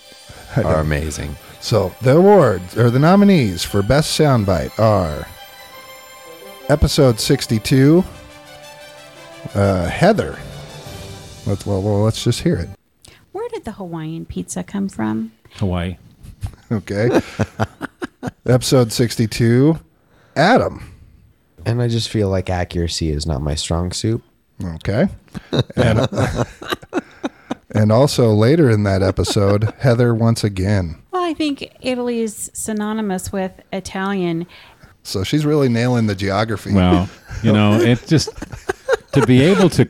are amazing. So the awards or the nominees for best soundbite are episode sixty-two. Uh, Heather. Let's well, well, let's just hear it. [laughs] Where did the Hawaiian pizza come from? Hawaii. [laughs] Okay. episode sixty-two. Adam. And I just feel like accuracy is not my strong suit. Okay. And, uh, [laughs] and also later in [laughs] that episode, Heather once again. Well, I think Italy is synonymous with Italian. So she's really nailing the geography. Well, you know, it just to be able to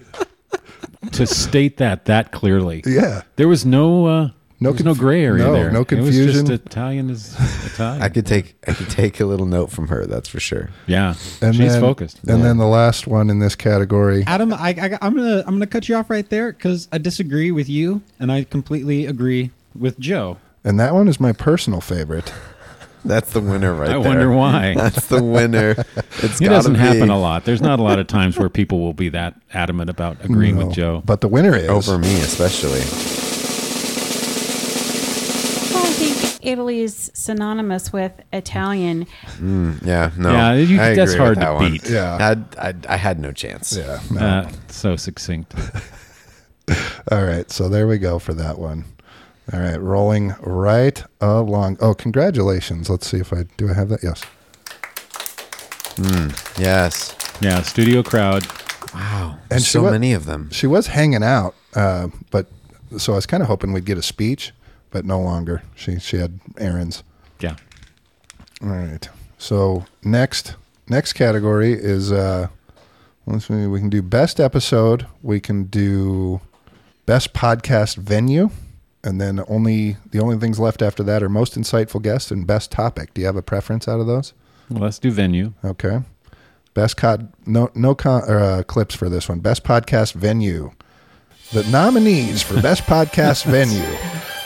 to state that that clearly. [laughs] Yeah. There was no uh, no, No no conf- gray area no, there. no It was confusion. just Italian is [laughs] Italian. I could take I could take a little note from her, that's for sure. yeah, And she's then- focused. And then the last one in this category. Adam, I, I, I'm gonna I'm gonna cut you off right there because I disagree with you, and I completely agree with Joe. And that one is my personal favorite. That's the winner right I there. wonder [laughs] why. [laughs] That's the winner. It's It gotta doesn't be. happen a lot. There's not a lot of times where people will be that adamant about agreeing No. with Joe. Oh, But the winner is Over me, especially. Well, I think Italy is synonymous with Italian. Yeah, no. yeah, you, I that's agree hard with to that one. beat. Yeah. I, I, I had no chance. Yeah. Uh, so succinct. All right. So there we go for that one. All right. Rolling right along. Oh, congratulations. Let's see if I do I have that. Yes. Yes. Yeah, studio crowd. Wow. And And she so wa- many of them. She was hanging out, uh, but so I was kind of hoping we'd get a speech, but no longer. She she had errands. Yeah, All right. So next next category is uh let's see, we can do best episode, we can do best podcast venue, and then only the only things left after that are most insightful guest and best topic. Do you have a preference out of those? well, let's do venue. Okay. Best cod no no con, or, uh, clips for this one. Best podcast venue. The nominees for best podcast venue.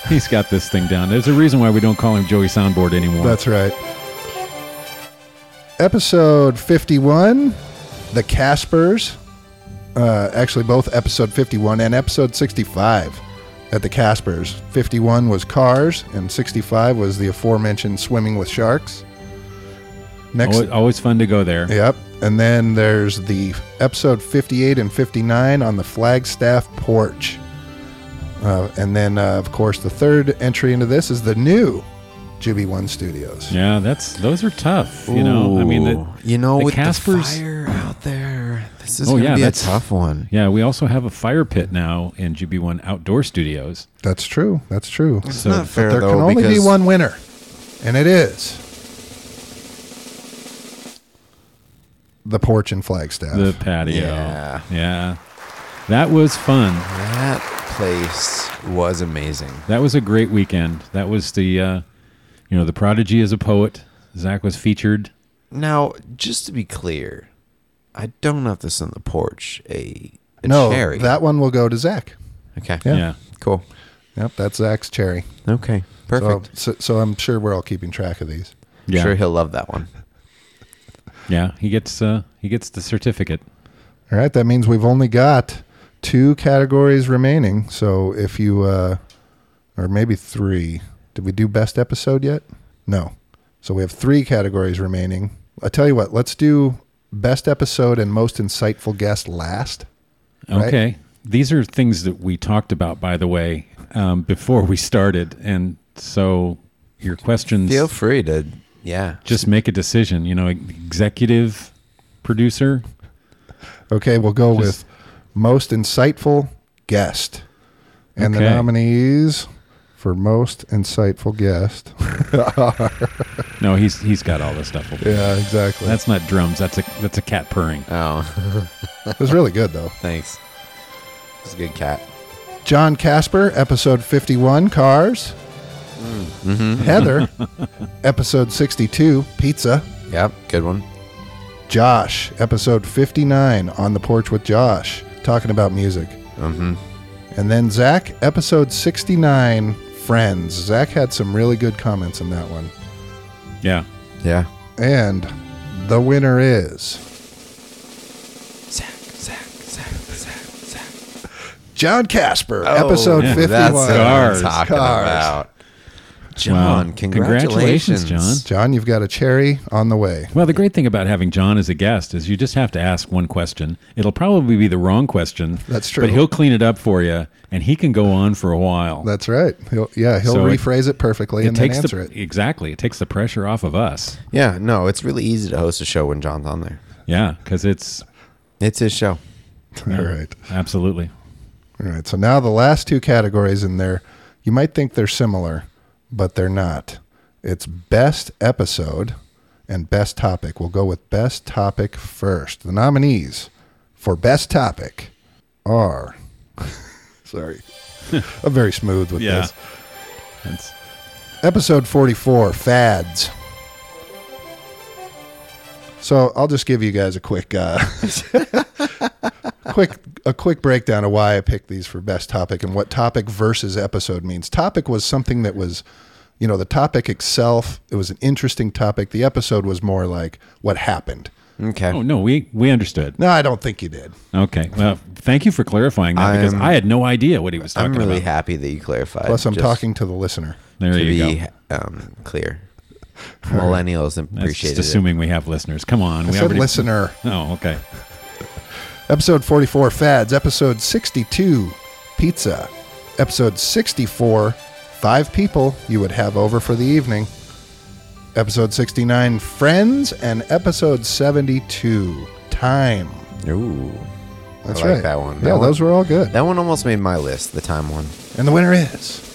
He's got this thing down. There's a reason why we don't call him Joey Soundboard anymore. That's right. Episode 51, The Caspers. Uh, actually, both episode 51 and episode 65 at The Caspers. 51 was Cars, and 65 was the aforementioned Swimming with Sharks. Next. always, always fun to go there. Yep. And then there's the episode 58 and 59 on the Flagstaff porch. Uh, and then, uh, of course, the third entry into this is the new Juby One Studios. Yeah, that's those are tough. You know, I mean, the, Ooh. you know, the with Casper's. the fire out there, this is oh gonna yeah, be that's a tough one. Yeah, we also have a fire pit now in GB One Outdoor Studios. That's true. That's true. So- not fair, there though, can only be because- one winner, and it is the porch and Flagstaff. The patio. Yeah. Yeah. That was fun. That place was amazing. That was a great weekend. That was the, uh, you know, the prodigy is a poet. Zach was featured. Now, just to be clear, I don't have this on the porch. A, a no, cherry. that one will go to Zach. okay. Yeah. Cool. Yep, that's Zach's cherry. Okay. Perfect. So, so, so I'm sure we're all keeping track of these. Yeah. Sure, he'll love that one. Yeah. He gets uh, he gets the certificate. All right, that means we've only got two categories remaining. So if you, uh, or maybe three. Did we do best episode yet? No. So we have three categories remaining. I tell you what, let's do best episode and most insightful guest last. right? Okay. These are things that we talked about, by the way, um, before we started, and so your questions. Feel free to, yeah. Just make a decision. You know, executive producer. Okay, we'll go Just- with most insightful guest. And the Okay. nominees for most insightful guest are No, he's he's got all this stuff. Over Yeah, exactly. That's not drums. That's a that's a cat purring. Oh, It was really good though. thanks. It's a good cat. John Casper, episode 51, Cars. Mm-hmm. [laughs] Heather, episode 62, Pizza. Yep. Good one. Josh, episode 59, On the Porch with Josh, talking about music. Mm-hmm. And then Zach, episode 69, Friends. Zach had some really good comments in that one. Yeah. Yeah. And the winner is Zach, Zach, Zach, Zach, Zach. John Casper, Oh, episode 51. Oh, That's what I'm Cars. talking Cars. about. John, Wow. congratulations. Congratulations, John. John, you've got a cherry on the way. Well, the great thing about having John as a guest is you just have to ask one question. It'll probably be the wrong question. That's true. But he'll clean it up for you, and he can go on for a while. That's right. He'll, yeah, he'll So it- rephrase it, perfectly and then takes answer the, [laughs] it. exactly. It takes the pressure off of us. Yeah, no, it's really easy to host a show when John's on there. Yeah, because it's It's his show. All right. absolutely. All right. So now the last two categories in there, you might think they're similar, but they're not. It's best episode and best topic. We'll go with best topic first. The nominees for best topic are [laughs] [laughs] sorry. I'm very smooth with Yeah. this. That's Episode 44 Fads. So I'll just give you guys a quick, uh, [laughs] quick, a quick breakdown of why I picked these for best topic and what topic versus episode means. Topic was something that was, you know, the topic itself. It was an interesting topic. The episode was more like what happened. Okay. oh no, we we understood. No, I don't think you did. Okay, well, thank you for clarifying that because I'm- I had no idea what he was talking I'm really about. happy that you clarified. Plus, I'm just talking to the listener. there to you be go. um, [laughs] clear. Millennials That's just appreciate it. assuming we have listeners. Come on, I we said listener. Oh, okay. Episode 44 Fads, episode 62 Pizza, episode 64 Five People You Would Have Over for the Evening, episode 69 Friends, and episode 72 Time. Ooh, That's I like right. that one. Yeah, That one- those were all good. that one almost made my list. The time one. And the winner is.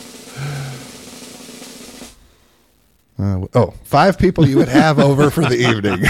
Uh, oh, five people you would have over for [laughs] the evening.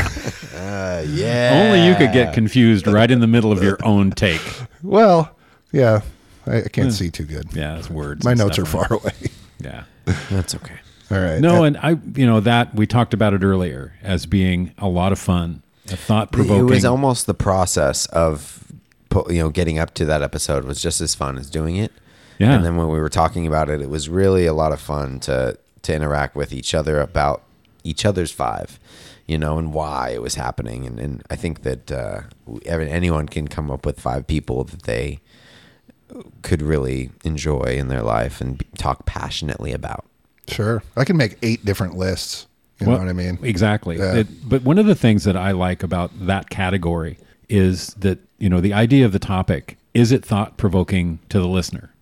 Uh, yeah. Only you could get confused right in the middle of your own take. well, yeah, I, I can't see too good. Yeah, that's words. My and notes are stuff. far [laughs] away. Yeah. That's okay. All right. No, and I, you know, that we talked about it earlier as being a lot of fun, a thought It provoking. was almost the process of pu- you know getting up to that episode was just as fun as doing it. Yeah. And then when we were talking about it, it was really a lot of fun to to interact with each other about each other's five, you know, and why it was happening. And, and I think that uh, we- every- anyone can come up with five people that they could really enjoy in their life and be, talk passionately about. Sure. I can make eight different lists. You Well, know what I mean? Exactly. Yeah. It- but one of the things that I like about that category is that, you know, the idea of the topic is it thought provoking to the listener?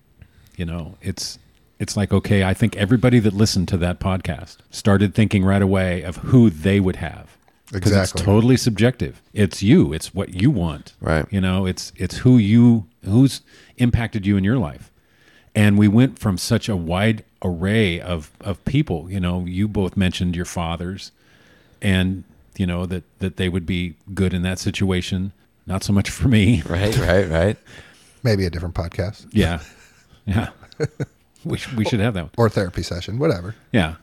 You know, it's it's like okay, I think everybody that listened to that podcast started thinking right away of who they would have. 'Cause Exactly. It's totally subjective. It's you. It's what you want. Right. You know, it's it's who you who's impacted you in your life. And we went from such a wide array of of people. You know, you both mentioned your fathers and you know that that they would be good in that situation. Not so much for me. Right, right, right. Maybe a different podcast Yeah. Yeah. [laughs] we, sh- we should have that one. or therapy session, whatever. [laughs] Yeah.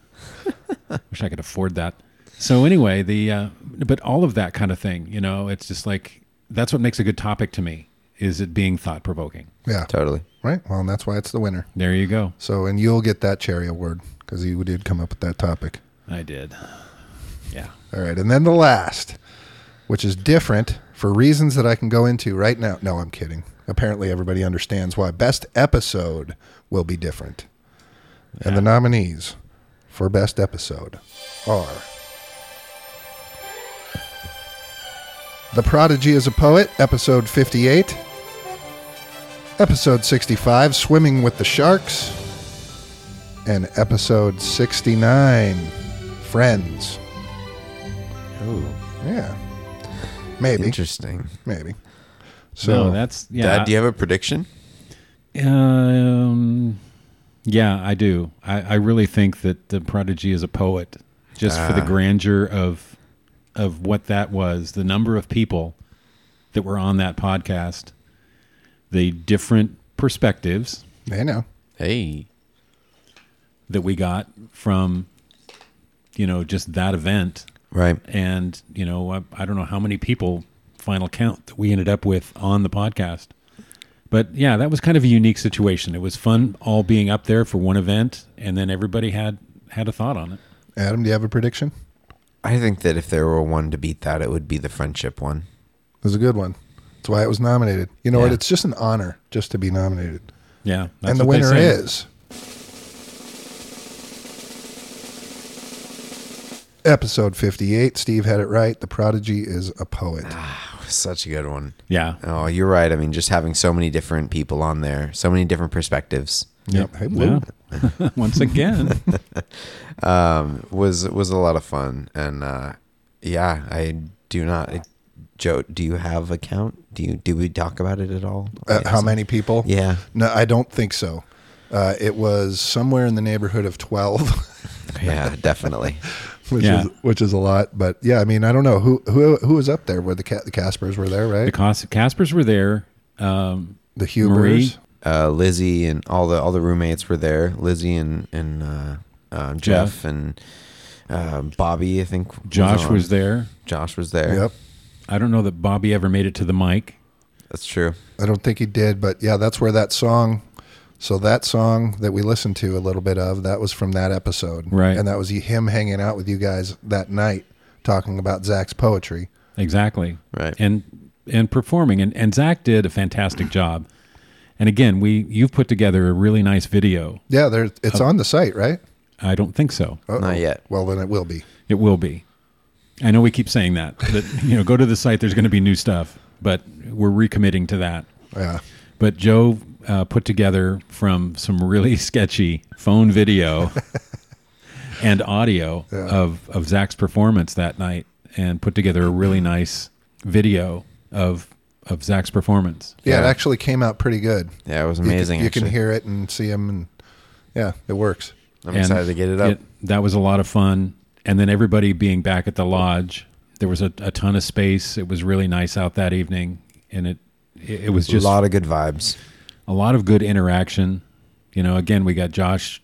Wish I could afford that. So anyway, the uh, but all of that kind of thing, you know, it's just like that's what makes a good topic to me is it being thought provoking. Yeah. Totally. Right. Well, and that's why it's the winner. There you go. So, and you'll get that cherry award because you did come up with that topic. I did. Yeah. All right. And then the last, which is different for reasons that I can go into right now. No, I'm kidding. Apparently, everybody understands why best episode will be different. And the nominees for best episode are The Prodigy is a Poet, episode 58, episode 65, Swimming with the Sharks, and episode 69, Friends. Ooh, Yeah. Maybe. interesting. Maybe. So So that's yeah. Dad, do you have a prediction? Um, yeah, I do. I, I really think that the prodigy is a poet, just for the grandeur of of what that was, the number of people that were on that podcast, the different perspectives they know. Hey, that we got from, you know, just that event, right. and you know, I, I don't know how many people final count that we ended up with on the podcast. But yeah, that was kind of a unique situation. It was fun all being up there for one event, and then everybody had had a thought on it. Adam, do you have a prediction? I think that if there were one to beat that, it would be the friendship one. [laughs] It was a good one. That's why it was nominated. You know what? Yeah. It's just an honor just to be nominated. Yeah, that's and the what they winner say. is episode 58. Steve had it right. The Prodigy is a poet. Ah, Such a good one. yeah, Oh, you're right. I mean, just having so many different people on there, so many different perspectives Yep. Hey, yeah. [laughs] Lou. Once again, was was a lot of fun. And uh, yeah, I do not. Joe, do you have a count? Do you do we talk about it at all? Uh, how many people? Yeah. No, I don't think so. Uh, it was somewhere in the neighborhood of 12. Yeah, [laughs] definitely. [laughs] which Yeah. is which is a lot. But yeah, I mean, I don't know who who who was up there. Where the Ca- the Caspers were there, the right? Cas- Caspers were there. Um, The Marie. Hubers, uh, Lizzie and all the all the roommates were there. Lizzie and and uh, uh, Jeff, Jeff. and uh, Bobby. I think was Josh on. was there. Josh was there. Yep, I don't know that Bobby ever made it to the mic. that's true. I don't think he did, but yeah, that's where that song. So that song that we listened to a little bit of that was from that episode, Right. And that was him hanging out with you guys that night, talking about Zach's poetry. Exactly. Right. And and performing and and Zach did a fantastic job. And again, we you've put together a really nice video. Yeah, there it's on the site, right? I don't think so. Uh-oh. Not yet. Well, then it will be. It will be. I know we keep saying that that [laughs] you know go to the site. There's going to be new stuff, but we're recommitting to that. Yeah, But Joe uh, put together from some really [laughs] sketchy phone video and audio of of Zach's performance that night, and put together a really nice video of of Zach's performance. yeah. It Yeah. actually came out pretty good. Yeah, it was amazing. You can, you actually. can hear it and see him, and yeah, it works. I'm And excited to get it up. that was a lot of fun. And then everybody being back at the lodge, there was a, a ton of space. It was really nice out that evening, and it it, it was just a lot of good vibes. a lot of good interaction. You know, again, we got Josh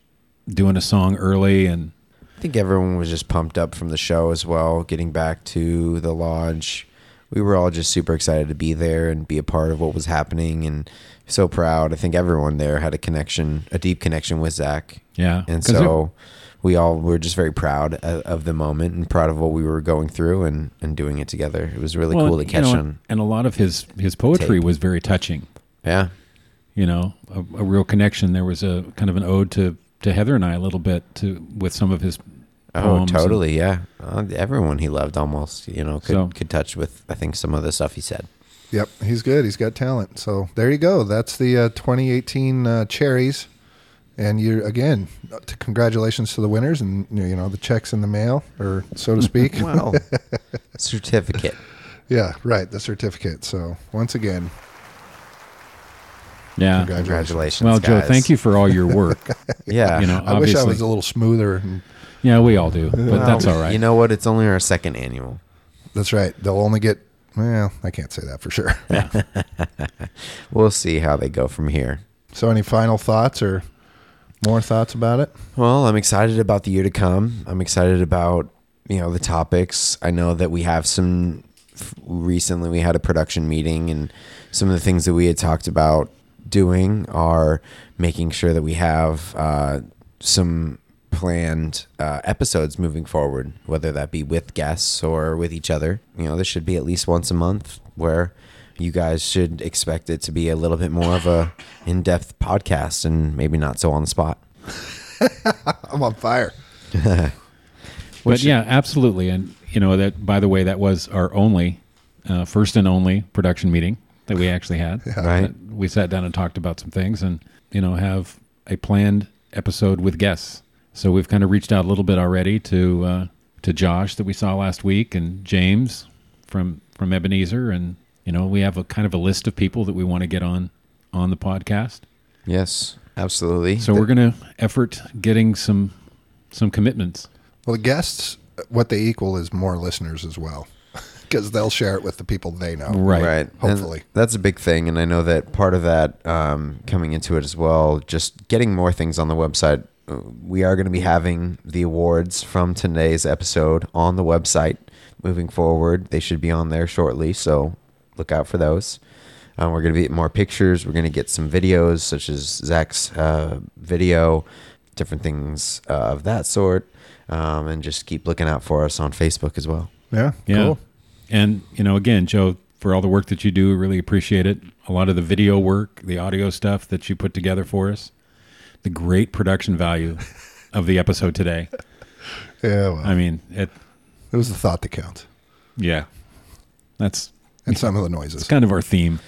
doing a song early, and I think everyone was just pumped up from the show as well. Getting back to the lodge, we were all just super excited to be there and be a part of what was happening, and so proud. I think everyone there had a connection, a deep connection with Zach. yeah, and 'Cause it- so we all were just very proud of, of the moment and proud of what we were going through and, and doing it together. It was really well, cool to you catch know, on. And a lot of his his poetry Tape. was very touching. Yeah, You know, a, a real connection. There was a kind of an ode to to Heather and I a little bit to with some of his. oh, poems and- totally. Yeah, uh, everyone he loved almost, you know, could So- could touch with. I think some of the stuff he said. Yep, he's good. He's got talent. So there you go. That's the uh, 2018 uh, cherries And you're again, t- congratulations to the winners, and you know the checks in the mail, or so to [laughs] speak. Wow. [laughs] Certificate. yeah, right. The certificate. So once again, Yeah. Congratulations, Well, Joe, guys. thank you for all your work. [laughs] Yeah. You know, I wish I was obviously- a little smoother. And, yeah, we all do, but that's Well, all right. You know what? It's only our second annual. that's right. They'll only get. Well, I can't say that [laughs] for sure. We'll see how they go from here. so, any final thoughts or more thoughts about it? Well, I'm excited about the year to come. I'm excited about you know the topics. I know that we have some. f- Recently, we had a production meeting, and some of the things that we had talked about doing are making sure that we have uh, some planned uh, episodes moving forward, whether that be with guests or with each other. You know, there should be at least once a month where you guys should expect it to be a little bit more of a in-depth podcast and maybe not so on the spot. I'm on fire. But yeah, absolutely. And you know that by the way, that was our only uh, first and only production meeting that we actually had. Right. That We sat down and talked about some things, and you know have a planned episode with guests. So we've kind of reached out a little bit already to uh, to Josh that we saw last week, and James from from Ebenezer, and you know we have a kind of a list of people that we want to get on on the podcast. Yes, absolutely. So we're going to effort getting some some commitments. Well, the guests, what they equal is more listeners as well, [laughs] because they'll share it with the people they know. Right. right. Hopefully. And that's a big thing, and I know that part of that um, coming into it as well, just getting more things on the website. Uh, We are going to be having the awards from today's episode on the website moving forward. They should be on there shortly, so look out for those. Um, we're going to get more pictures. We're going to get some videos, such as Zach's uh, video, different things uh, of that sort, um, and just keep looking out for us on Facebook as well. Yeah. Yeah. Cool. And, you know, again, Joe, for all the work that you do, really appreciate it. A lot of the video work, the audio stuff that you put together for us, the great production value of the episode today. Yeah. Well, I mean, it, it was the thought that counts, yeah, that's and some of the noises. kind of our theme.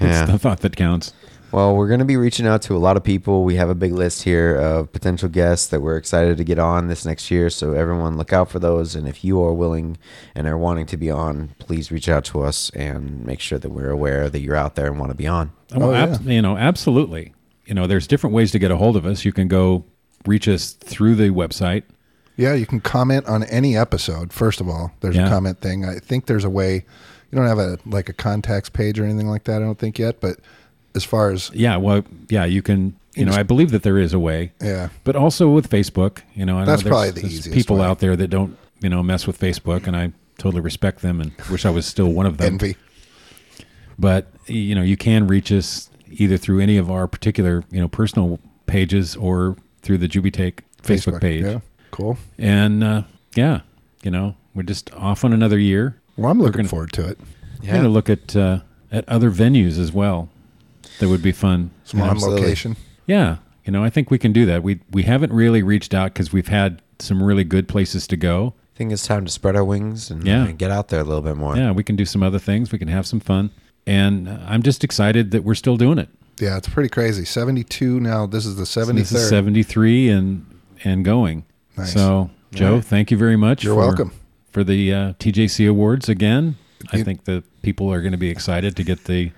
Yeah. It's the thought that counts. Well, we're going to be reaching out to a lot of people. We have a big list here of potential guests that we're excited to get on this next year. So, everyone, look out for those. And if you are willing and are wanting to be on, please reach out to us and make sure that we're aware that you're out there and want to be on. Well, ab- you know, absolutely. You know, there's different ways to get a hold of us. You can go reach us through the website. Yeah, you can comment on any episode. First of all, there's Yeah. a comment thing. I think there's a way. You don't have a like a contacts page or anything like that. I don't think yet. But as far as Yeah, well, yeah, you can. You know, I believe that there is a way. yeah, but also with Facebook. You know, I That's know there's- probably the there's easiest people way. out there that don't you know mess with Facebook, and I totally respect them and wish I was still one of them. envy. But you know, you can reach us either through any of our particular you know personal pages or through the Jubitake Facebook, page, Yeah, cool. and uh, yeah, you know, we're just off on another year. Well, I'm looking gonna- forward to it. We're going to look at uh, at other venues as well. That would be fun. Some on Absolutely. location. Yeah, you know, I think we can do that. We we haven't really reached out because we've had some really good places to go. I think it's time to spread our wings and Yeah. uh, get out there a little bit more. Yeah, we can do some other things. We can have some fun, and uh, I'm just excited that we're still doing it. Yeah, it's pretty crazy. 72 now. This is the 73rd. This is 73 and and going. Nice. So, Joe, thank you very much. You're for, welcome. for the uh, TJC awards again. I think the people are going to be excited to get the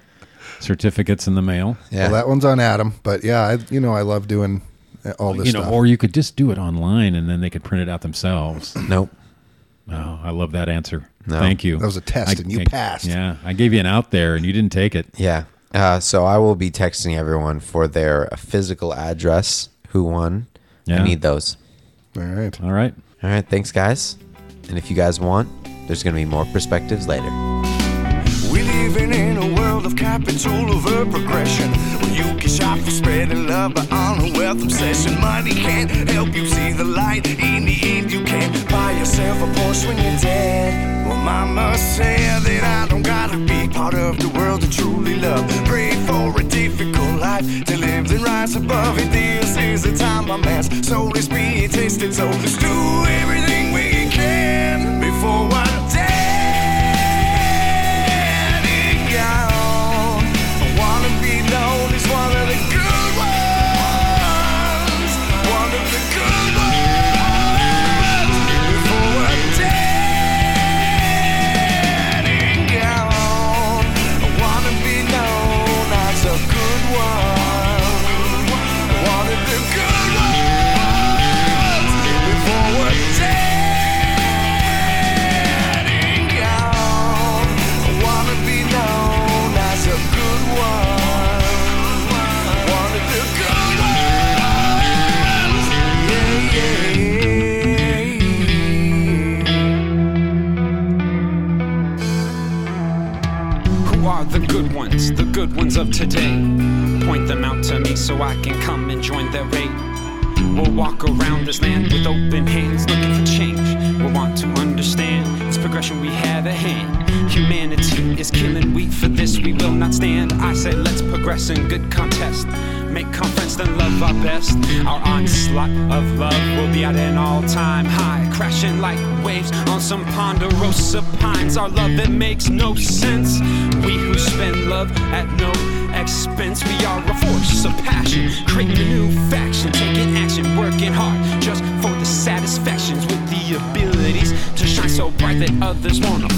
certificates in the mail. Yeah. Well, that one's on Adam, but yeah, I, you know I love doing uh, all this You know, stuff. or you could just do it online and then they could print it out themselves. Nope. Oh, I love that answer. Thank you. That was a test and you passed. Yeah, I gave you an out there and you didn't take it. Yeah. Uh, so I will be texting everyone for their uh, physical address, who won. Yeah. I need those. all right. All right. All right. Thanks, guys. And if you guys want, there's going to be more perspectives later. We're living in a world of capital over progression. Where you can shop for spreading love, but on a wealth obsession. Money can't help you see the light. In the end, you can't buy yourself a Porsche when you're dead. Well, mama said that I don't gotta be part of the world to truly love. Pray for a difficult life to live and rise above it. This is the time I'm asked, so this be it tasted. So let's do everything we can before I'm dead. I wanna be known as one of the good ones. out today. Point them out to me so I can come and join their raid. We'll walk around this land with open hands looking for change. We'll want to understand this progression we have at hand. Humanity is killing, we for this we will not stand. I say let's progress in good contest. Make conference, then love our best. Our onslaught of love will be at an all time high, crashing like waves on some ponderosa pines. Our love, it makes no sense. We who spend love at no expense, we are a force of passion. Create a new faction, taking action, working hard just for the satisfactions with the abilities to shine so bright that others wanna